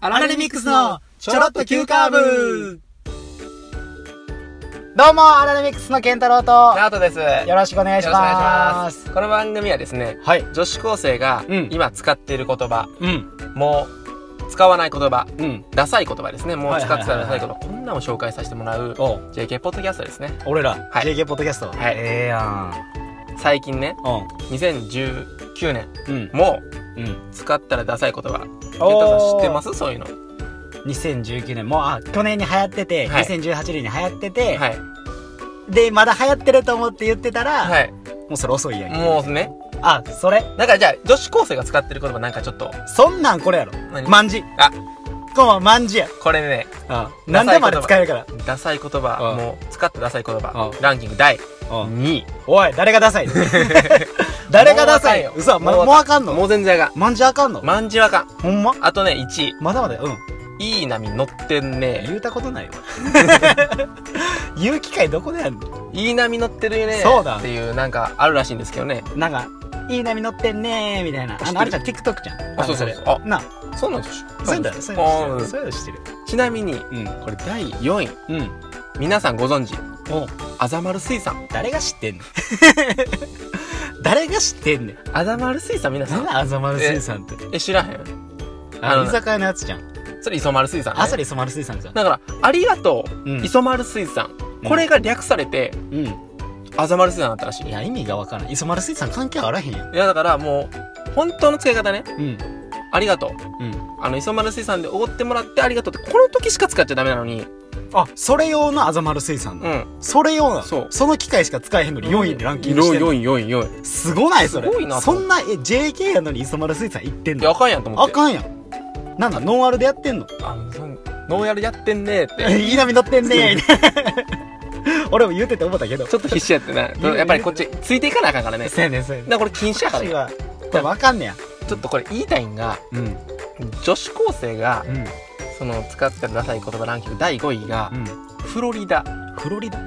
アラレミックスのちょろっと急カーブどうも、アラレミックスのケンタロウと、ナートです。よよろしくお願いします。す。この番組はですね、はい。女子高生がうん今使っている言葉、うん。もう使わない言葉、うん。ダサい言葉ですね。もう使ってたはいらダはサいはいい言葉、こんなのを紹介させてもらうお JK ポッドキャストですね。俺ら、はい JK ポッドキャスト。はいええやん。最近ね、2019年、うん。うん。もうん。う使ったらダサい言葉。ケンタさん知ってますそういうの。は2019年もう、あ、去年に流行ってて、はい2018年に流行ってて、い。で、まだ流行ってると思って言ってたら、はい。もうそれ遅いやん。もうね、あ、それ、なんかじゃあ女子高生が使ってる言葉なんかちょっと、そんなんこれやろ。何まんじ。あ、このまんじや。これね、あ、ダサい言葉何でもあれ使えるから。ダサい言う葉、んもう使ったダサい言葉う、ランキング第うん2位。おい、誰が ダサい誰がダサいもうわかんよ嘘、ま、ももううわあかんものう全然あかまんじあかんのん。まんじわかん。ほんまあとね、1位。まだまだ、うん。いい波乗ってんね。言うたことないわ 言う機会どこでやんのいい波乗ってるね。そうだっていう、なんか、あるらしいんですけどね。なんかいい波乗ってんねーみたいな知ってあるのあれじゃん TikTok じゃんあそうそうそうなんかあなそうなんですそういうのだよそういうのあー知ってるそういうの知ってるちなみに、うんこれ第4位。うん皆さんご存知、おあざまる水産。誰が知ってん ねん誰が知ってんねんあざまる水産皆さ何ん。だあざまる水産ってえ、知らへんああのの居酒屋のやつじゃんそれ、磯丸水産、ね。あそれ磯丸水産じゃんだから、ありがとうう、ん磯丸水産。うんこれが略されて、うんあざまる水産だったらしい。いいや意味がわからん磯丸水産関係あらへんやんや、だからもう、本当の使い方ね。うんありがとう。うんあの、磯丸水産でおごってもらってありがとうって、この時しか使っちゃダメなのに。あそれ用のあざまる水産うだん。それ用なのそうその機会しか使えへんのに4位でランキングしてんの4位、4位、4位。すごないそれすごいなそんなえ JK やのに磯丸水産行ってんいや、のあかんやんと思っあて。かんやんなんだノンアルでやってんのあの、そのノーヤルやってんねーって。 いい波乗ってんね 俺も言うてて思ったけどちょっと必死やってね。やっぱりこっち、ついていかなあかんからね。だかせやねんせやねんらこれ禁止やから私ねはこれわかんねやちょっとこれ言いたいんが、うんうん女子高生が、うんその、使ってるダサい言葉ランキング第5位が、フロリダ。フロリダう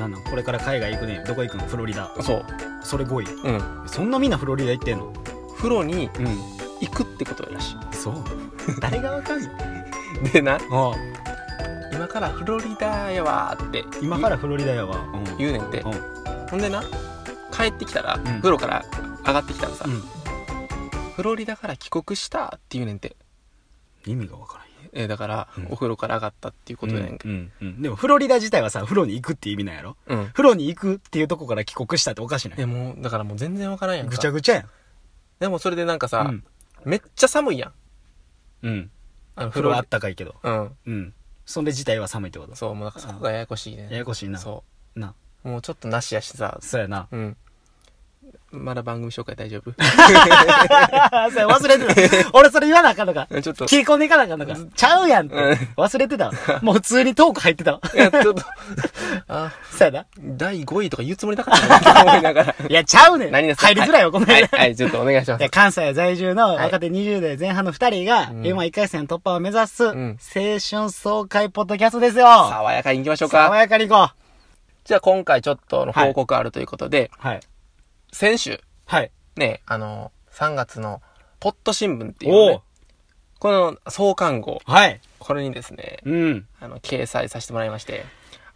なんなんこれから海外行くねどこ行くのフロリダん。そう。それ5位うん。そんなみんなフロリダ行ってんの風呂にうん行くってことらし そう誰がわかんねんい。でな、ああ今からフロリダやわーって。今からフロリダやわうん言うねんてうんほんでな帰ってきたら、ん風呂から上がってきたらさ、うんフロリダから帰国したって言うねんて、意味がわからへんえーだから、うんお風呂から上がったっていうことやねんけうんうんうんでもフロリダ自体はさ風呂に行くって意味なんやろうん、風呂に行くっていうとこから帰国したっておかしなえいもうだからもう全然わからんやんかぐちゃぐちゃやんでもそれでなんかさ、うんめっちゃ寒いやんうんあの風フロ呂リあったかいけどうんうんそんで自体は寒いってことそうもうなんかそこがややこしいねややこしいなそなうもうちょっとなしやしさそう やなうんまだ番組紹介大丈夫 それ忘れてた俺それ言わなあかんのかちょっと切り込んでいかなあかんのかちゃうやんってうん忘れてたわもう普通にトーク入ってたわいやちょっと あそうや第5位とか言うつもりなかったなって思 いながらないやちゃうねん何ですか入りづらいわこのはい、辺はい、ちょっとお 願いしまいやす。関西在住の若手20代前半の2人がうん M1 一回戦突破を目指す青ん春爽快ポッドキャストですよ爽やかに行きましょう爽か。やかに行こうじゃあ今回ちょっとの報告あるということで、はい先週、はいね、あの、3月の、ポット新聞っていうのおね、おこの創刊号、はいこれにですね、うんあの、掲載させてもらいまして、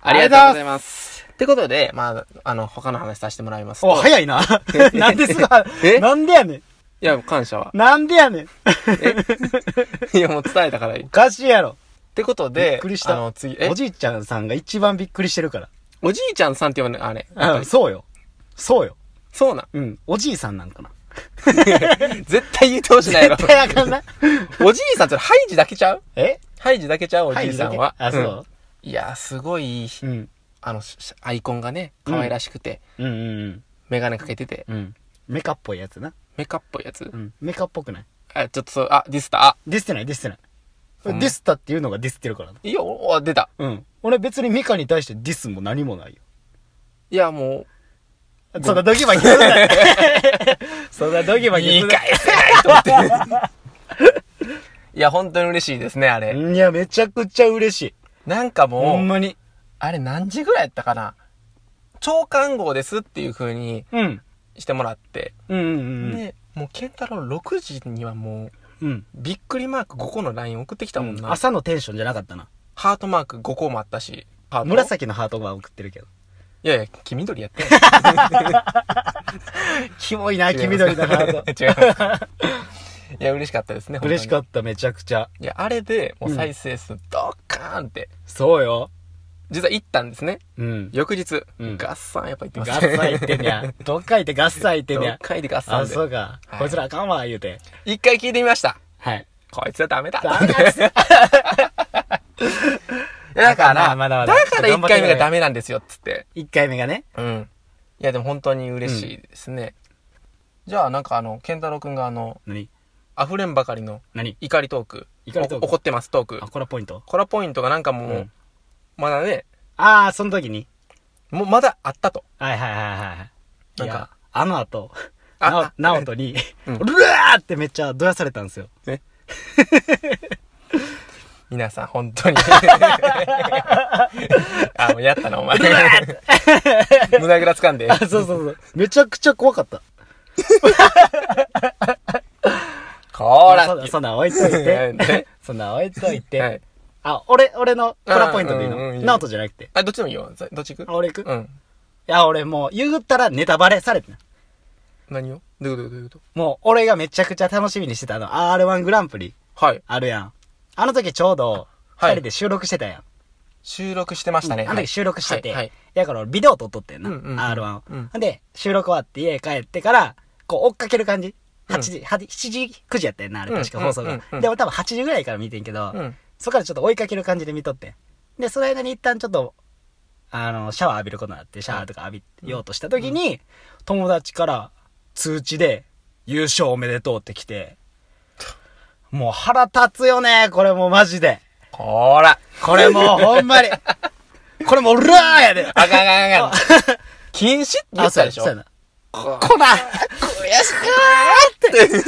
あありりがとうござがとうございいます。ってことで、まあ、あの、他の話させてもらいますと。お、早いな。 なんですがえ、なんでやねん。。いや、感謝はなんでやねん。 いや、もう伝えたからいい。っおかしいやろ。てことで、びっくりしたあの、次、えお、じいちゃんさんが一番びっくりしてるかおじいちゃんさんって呼ぶね、あれ。やっら。ぱうん、りそうよ。そうよ。そうなん。うん。おじいさんなん かな。絶対言ってほしないやろ 絶。対あかんな。おじいさんってハイジだけちゃうえハイジだけちゃうおじいさんは。あ、そう。うん。いやー、すごい、うん。あの、しアイコンがね、可愛らしくて、うんうんメガネかけてて、うん。うん。メカっぽいやつな。メカっぽいやつ。うん。メカっぽくないあ、ちょっとそう、あ、ディスタ、あ、ディスってない、ディスってない。ほんまディスったっていうのがディスってるからな。いいよ、お出た。うん。俺別にミカに対してディスも何もないよ。いや、もそんなドギマギす るな。そんなドギう、マギす言いるな。返せないと思って。 いや、本当に嬉しいですね、あれ。いや、めちゃくちゃ嬉しい。なんかもほう、んまに。あれ何時ぐらいやったかな。長官号ですっていう風にうん。してもらって、うんうんうん。で、もう、ケンタロウ6時にはもう、うん。びっくりマーク5個の LINE 送ってきたもんな。朝のテンションじゃなかったな。ハートマーク5個もあったし。ハート紫のハートは送ってるけど。いやいや、黄緑やって んキモいな、 黄緑のハート。 違います。いや、嬉しかったですね、嬉しかっった、めちゃくちゃ。た。いや、あれで、もう再生数、ドッカーンって、そうよ。実は行ったんですね。うん。翌日、うんガッサンやっぱ行ってガまッすサ言ってん や。どっか行ってガッサ言ってんどやっ。かいでガッサあ、ンでそうか。はいこいつらあかんわ、言うて。一回聞いてみました。はい。こいつはダメだ。ダメだっつっていやだかまら、あまだまだだから一回目がダメなんですよ、つって。一回目がね。うん。いや、でも本当に嬉しいですね。じゃあ、なんかあの、健太郎くんがあの、何溢れんばかりの何怒りトーク。怒りトークお怒ってますトークあ、。これポイント。コラポイントがなんかもう、うんまだね、ああ、その時に。もうまだあったと。はいはいはいはい。なんかいや、あの後、あなあお、なおとに、ううんわーってめっちゃどやされたんで すよ。ね。皆さん、本当 に。あ、もうやったな、お前。胸ぐら掴んで あ、。そうそうそう。めちゃくちゃ怖かった。こそらんなそんなん置いとい ねて。 そんなん置いといて。はいあ、俺、俺のコラポイントでいいうんうんうんいいのよナオトじゃなくて。あ、どっちでもいいよ。どっち行くあ、俺行く、ういん。や、俺もう言ったらネタバレされてな何をどういうことどういうこともう俺がめちゃくちゃ楽しみにしてたあの R1 グランプリはい。あるやん。あの時ちょうど、はい二人で収録してたやん。収録してましたね。あの時収録してて。はいはいだから俺ビデオ撮っとってんな。うんうんうん R1 を。うんほんで、収録終わって家帰ってから、こう追っかける感じ。8時、八7時、9時やったよな、あれ確か放送うんうんがうんう。んでも多分8時ぐらいから見てんけど、うんそこからちょっと追いかける感じで見とってん。で、その間に一旦ちょっと、あの、シャワー浴びることになって、シャワーとか浴びようとした時に、友達から通知で、優勝おめでとうって来て、もう腹立つよね、これもうマジで。こら。これもうほんまに。これもう、うらーやで。あかんあかんあかん。禁止って言ったでしょそうやな。こら悔しくーって。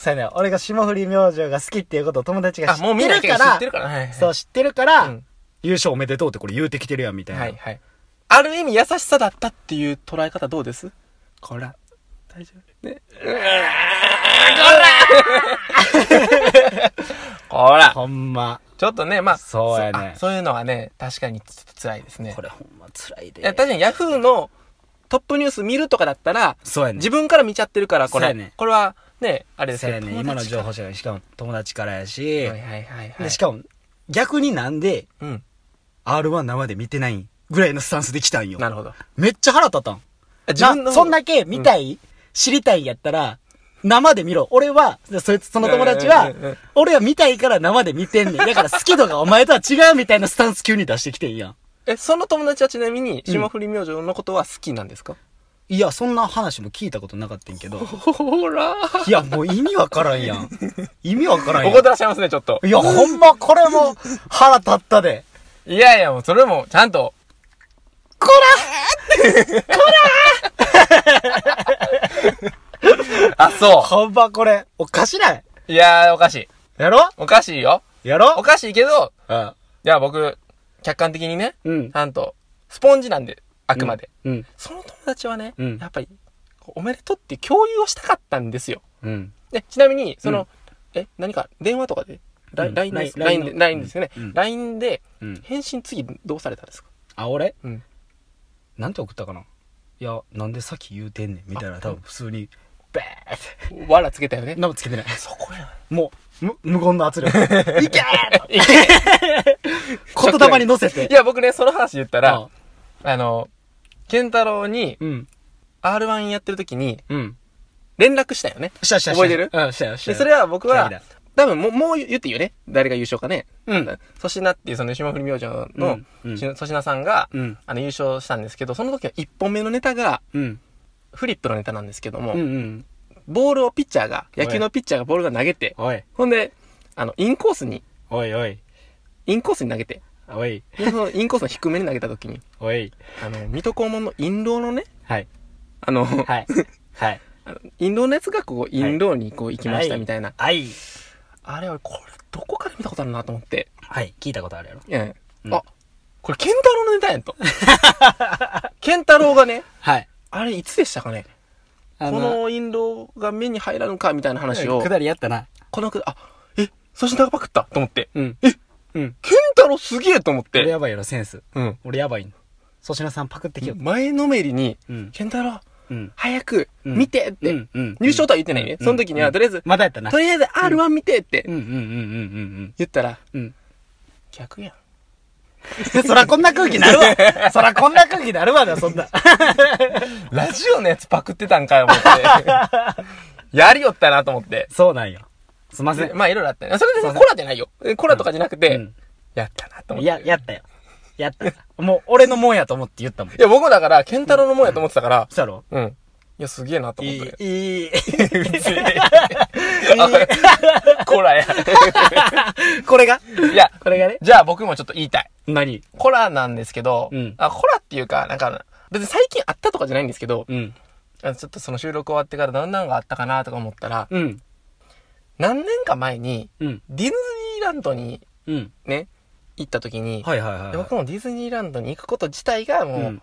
そうやね。俺が霜降り明星が好きっていうことを友達があ、知もうっみんなて知るから、ってるから。はいはいそう、知ってるかうらん、優勝おめでとうってこれ言うてきてるやん、みたいな。はいはい。ある意味優しさだったっていう捉え方どうですこら。大丈夫ね。こらこらほんま。ちょっとね、まあ、そうやねあそういうのはね、確かにちょっと辛いですねこ。れほんま辛いで。いや、確かにヤフーのトップニュース見るとかだったら、そうやね。自分から見ちゃってるから、こそうれ。やねこれは、ね、あれですそうけやど。ね。今の情報者が、しかも友達からやし、はいはいはいはい。でしかも、逆になんで、うん。 R1 生で見てないんぐらいのスタンスで来たんよ。なるほど。めっちゃ腹立ったん。自じゃ分のあ、そんだけ見たい、知りたいやったら、生で見ろ。俺は、そいつ、その友達はうんうんうんうん、俺は見たいから生で見てんねん。だから好き度がお前とは違うみたいなスタンス急に出してきてんやん。え、その友達はちなみに、霜降り明星のことは好きなんですか、いや、そんな話も聞いたことなかったんけど。ほらいや、もう意味わからんやん。意味わからんや怒ってらっしゃいますね、ちょっとん。。いや、ほんま、これも腹立ったで。いやいや、もうそれも、ちゃんと。こあ、そ。らほんま、これ、おかしないういやー、おかしい。やろおかしいよ。やろおかしいけど、うん。いや、僕、客観的にね、うんち。ゃんと、スポンジなんで、ああくまで。。うん。その友達はね、うんやっぱり、おめでとうって共有をしたかったんですよ。うん。で、ちなみに、その、え、何か、電話とかで、ライうンん LINE で LINE LINE で LINE ですよねうんうん。 LINE でうん、返信次どうされたんですかあ、俺うん。なんて送ったかないや、なんでさっき言うてんねんみたいな、多分普通に、バーって。わらつけたよね。何もつけてない。そこやもう、無、無言の圧 力。いけーいや言霊に乗せて。いや、僕ね、その話言ったら、ああの、健太郎にうん。 R1 やってる時にうん。連絡したよね。したしたした。覚えてるうん、したよ、したで、よ。それは僕は二人だ、多分もう、もう言っていいよね。誰が優勝かね。うん。粗品っていうその霜降り明星のうんうんし粗品さんが、うんあの優勝したんですけど、その時は1本目のネタが、うん。フリップのネタなんですけども、うんうん。ボールをピッチャーが、おい野球のピッチャーがボールが投げて、おい、ほんで、あの、インコースに、おいおい、インコースに投げて、おい、でそのインコースの低めに投げた時に、おい。あの、水戸黄門の印籠のね、はい。あの、はい。はい。あの印籠のやつがこう、印籠にこう行きましたみたいな。はい。あれ、俺、これ、どこから見たことあるなと思って。はい。聞いたことあるやろ。ええうんあ、これ、ケンタ ロウのネタやんと。ケンタロウがね、はい。あれ、いつでしたかねあこの印籠が目に入らぬかみたいな話をく、だりやったな。このくだ、あ、え、粗品がパクったと思って。うん。え、うん。ケンタロウすげえと思っ俺て。やばいよな、センス。うん。俺やばいの。粗品さんパクってきよ。前のめりに、うん。ケンタロウ、うん。早く、うん見てっうてん。。うん入賞とは言ってないね。うんその時には、とりあえず、またやったなと。りあえず R1 見てっうてんうんうんうんうん言ったら、うん。うん。逆やん。 そらこんな空気なる わ。そらこんな空気なるわだ、そんな。ラジオのやつパクってたんかよ、思って。 やりよったなと思って。そうなんよ。すいませでん。まあいろいろあったね。それそでうねそコうラじゃないよ。えコラとかじゃなくて、うんやったなと思っいて。や、やったよ。やった。もう、俺のもんやと思って言ったもんい。や、僕だから、ケンタロウのもんやと思ってたから、そうやろうん。いや、すげえなと思っいい て。、 いい。コラや。 これがいや、これがね。じゃあ僕もちょっと言いたい。何コラなんですけど、うんあ、コラっていうか、なんか、別に最近あったとかじゃないんですけど、うん。あちょっとその収録終わってからどんなんがあったかなとか思ったら、うん。何年か前に、うん。ディズニーランドにうん。ね、行った時に、はいはいはい。僕もディズニーランドに行くこと自体がもう、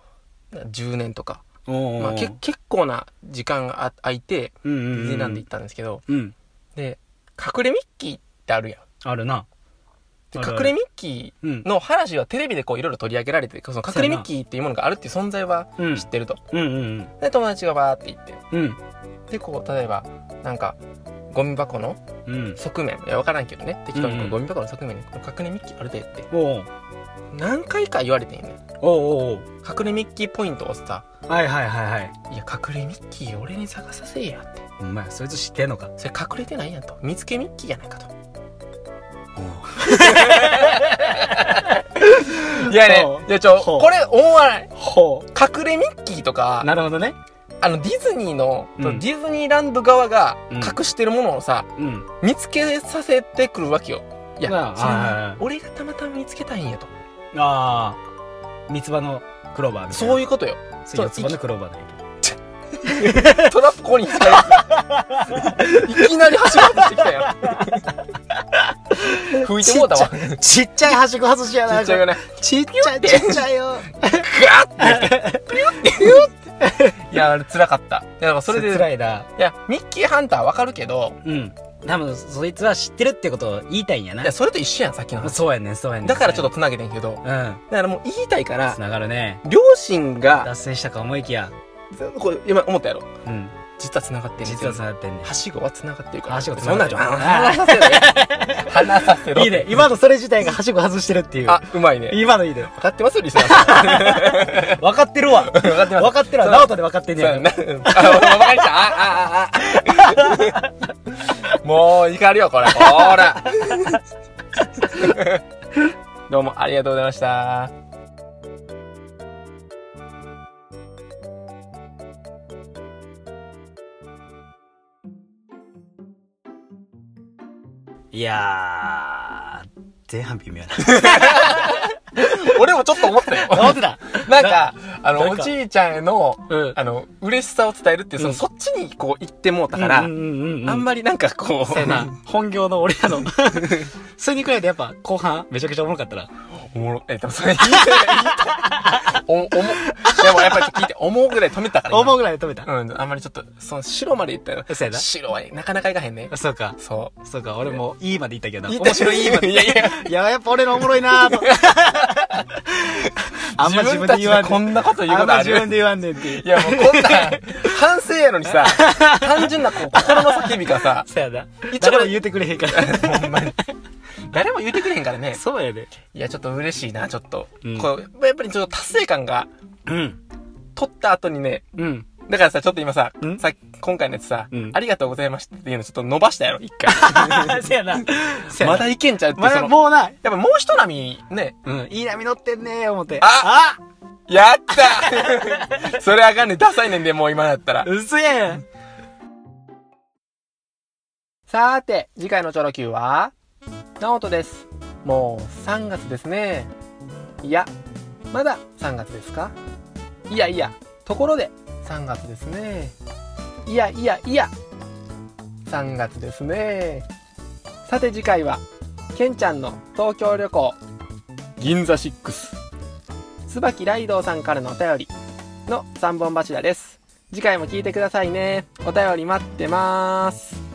10年とか、うん。まあ、け結構な時間があ空いて、うんうんディうんズニーランド行ったんですけど、うん。で、隠れミッキーってあるやん。あるな。であるある隠れミッキーの話はテレビでこういろいろ取り上げられて、その隠れミッキーっていうものがあるっていう存在はうん知ってると。うんうんで、友達がバーって行って。うん。で、こう、例えば、なんか、ゴミ箱のうん。うん。側面、いや、わからんけどね、適当にこうんううんゴミ箱の側面に、この隠れミッキーあるでって、おう何回か言われてんねん。おうおう隠れミッキーポイントをさ、おうはいはいはいはい。いや、隠れミッキー俺に探させえやって。お前、そいつ知ってんの か。それ隠れてないやんと。見つけミッキーやないか と。いやねほ、ういやちょ、ほうこれ思わない。ほ隠れミッキーとう。か、なるほどね。あのディズニーの、うんディズニーランド側がうん隠してるものをさ、うん。見つけさせてくるわけよ。いや、まあそれはいはいははい俺がたまたま見つけたいんやと。ああ。三つ葉のクローバーみたいな。そういうことよ。そう。四つ葉のクローバーだけど。トラップここに使えいきなり走ろうとしてきたよ。 吹いてもうたわ。ち ちっちゃいはしご外しやな。っちゃいよね。ちっちゃい、ちっちゃい よ。ガッていや、あれ辛かった。いや、だからそれで、辛いな。いや、ミッキーハンターわかるけど、うん。多分、そいつは知ってるってことを言いたいんやないや、。それと一緒やん、さっきの話。そうやねん、そうやねん。だからちょっと。と繋げてんけど、だうん。からもう言いたいからつ、ながるね。両親が、脱線したか思いきや。こう今思ったやろ。うん。実は繋がってる。実はそうやってんねんはしごは繋がってるから。はしごそ繋んがなっんてじゃ、話させろるよ。話させろ。いいね。今のそれ自体がはしご外してるっていう。あ、うまいね。今のいいね。分かってますよ、リスナーさん。分かってるわ。 分分かってます。かってるわ。ナオトで分かってんねそうややな。あ、わかりました。あ、あ、あ、あ。 もう、怒るよ、これ。ほー ら。どうもありがとうございました。いやー、前半微妙だ。俺もちょっと思ったよ。ナオトだ。 なんか、あの、なんおかじいちゃんへの、 うん。あの、嬉しさを伝えるっていう、その、うんそっちにこう、行ってもうたから、うんうんうんうん。あんまりなんかこう、そうやな。本業の俺ら の。それに比べてやっぱ後半めちゃくちゃおもろかったな。おも ろ、え、でもそれ言いたい、言いたい。お、おも、でもやっぱり聞いて、思うぐらい止めたから。今思うぐらいで止めた。うん、あんまりちょっと、その、白まで言ったら、そうやな白はなかなかいかへんね。そうか。そそうか、俺もいいまで言ったけどう。な。面白いいいまで。いやいや、い や、やっぱ俺らおもろいなー と。あんま自分で言わ自分たちがんこんなこと言うあことんまあ自る。分で言わんねんっていうい。やもうこんなん、反省やのに さ、単純なこう心の叫びがさ、 そうやな。一応誰も言うてくれへんから。ほんまに。誰も言うてくれへんからね。 そうやで。いや、ちょっと嬉しいな、ちょっと。うんこうやっぱりちょっと達成感が、うん。取った後にね、 うん。だからさ、ちょっと今さん、さ今回のやつさ、うんありがとうございましたっていうのちょっと伸ばしたやろ、一回。そうやな。 そうやな まだいけんちゃうって、まそだの、もうない。やっぱもう一波ね、うん。いい波乗ってんねー、思って。あやった それあかんねんダサいねんで、もう今だったらあ。うやん。さーて、次回のチョロ Q は、ナオトです。もう3月ですね。いや、まだ3月ですかいやいや、ところで3月ですね。いやいやいや、3月ですね。さて次回は、ケンちゃんの東京旅行、銀座6、椿ライドウさんからのお便りの3本柱です。次回も聞いてくださいねお便り待ってます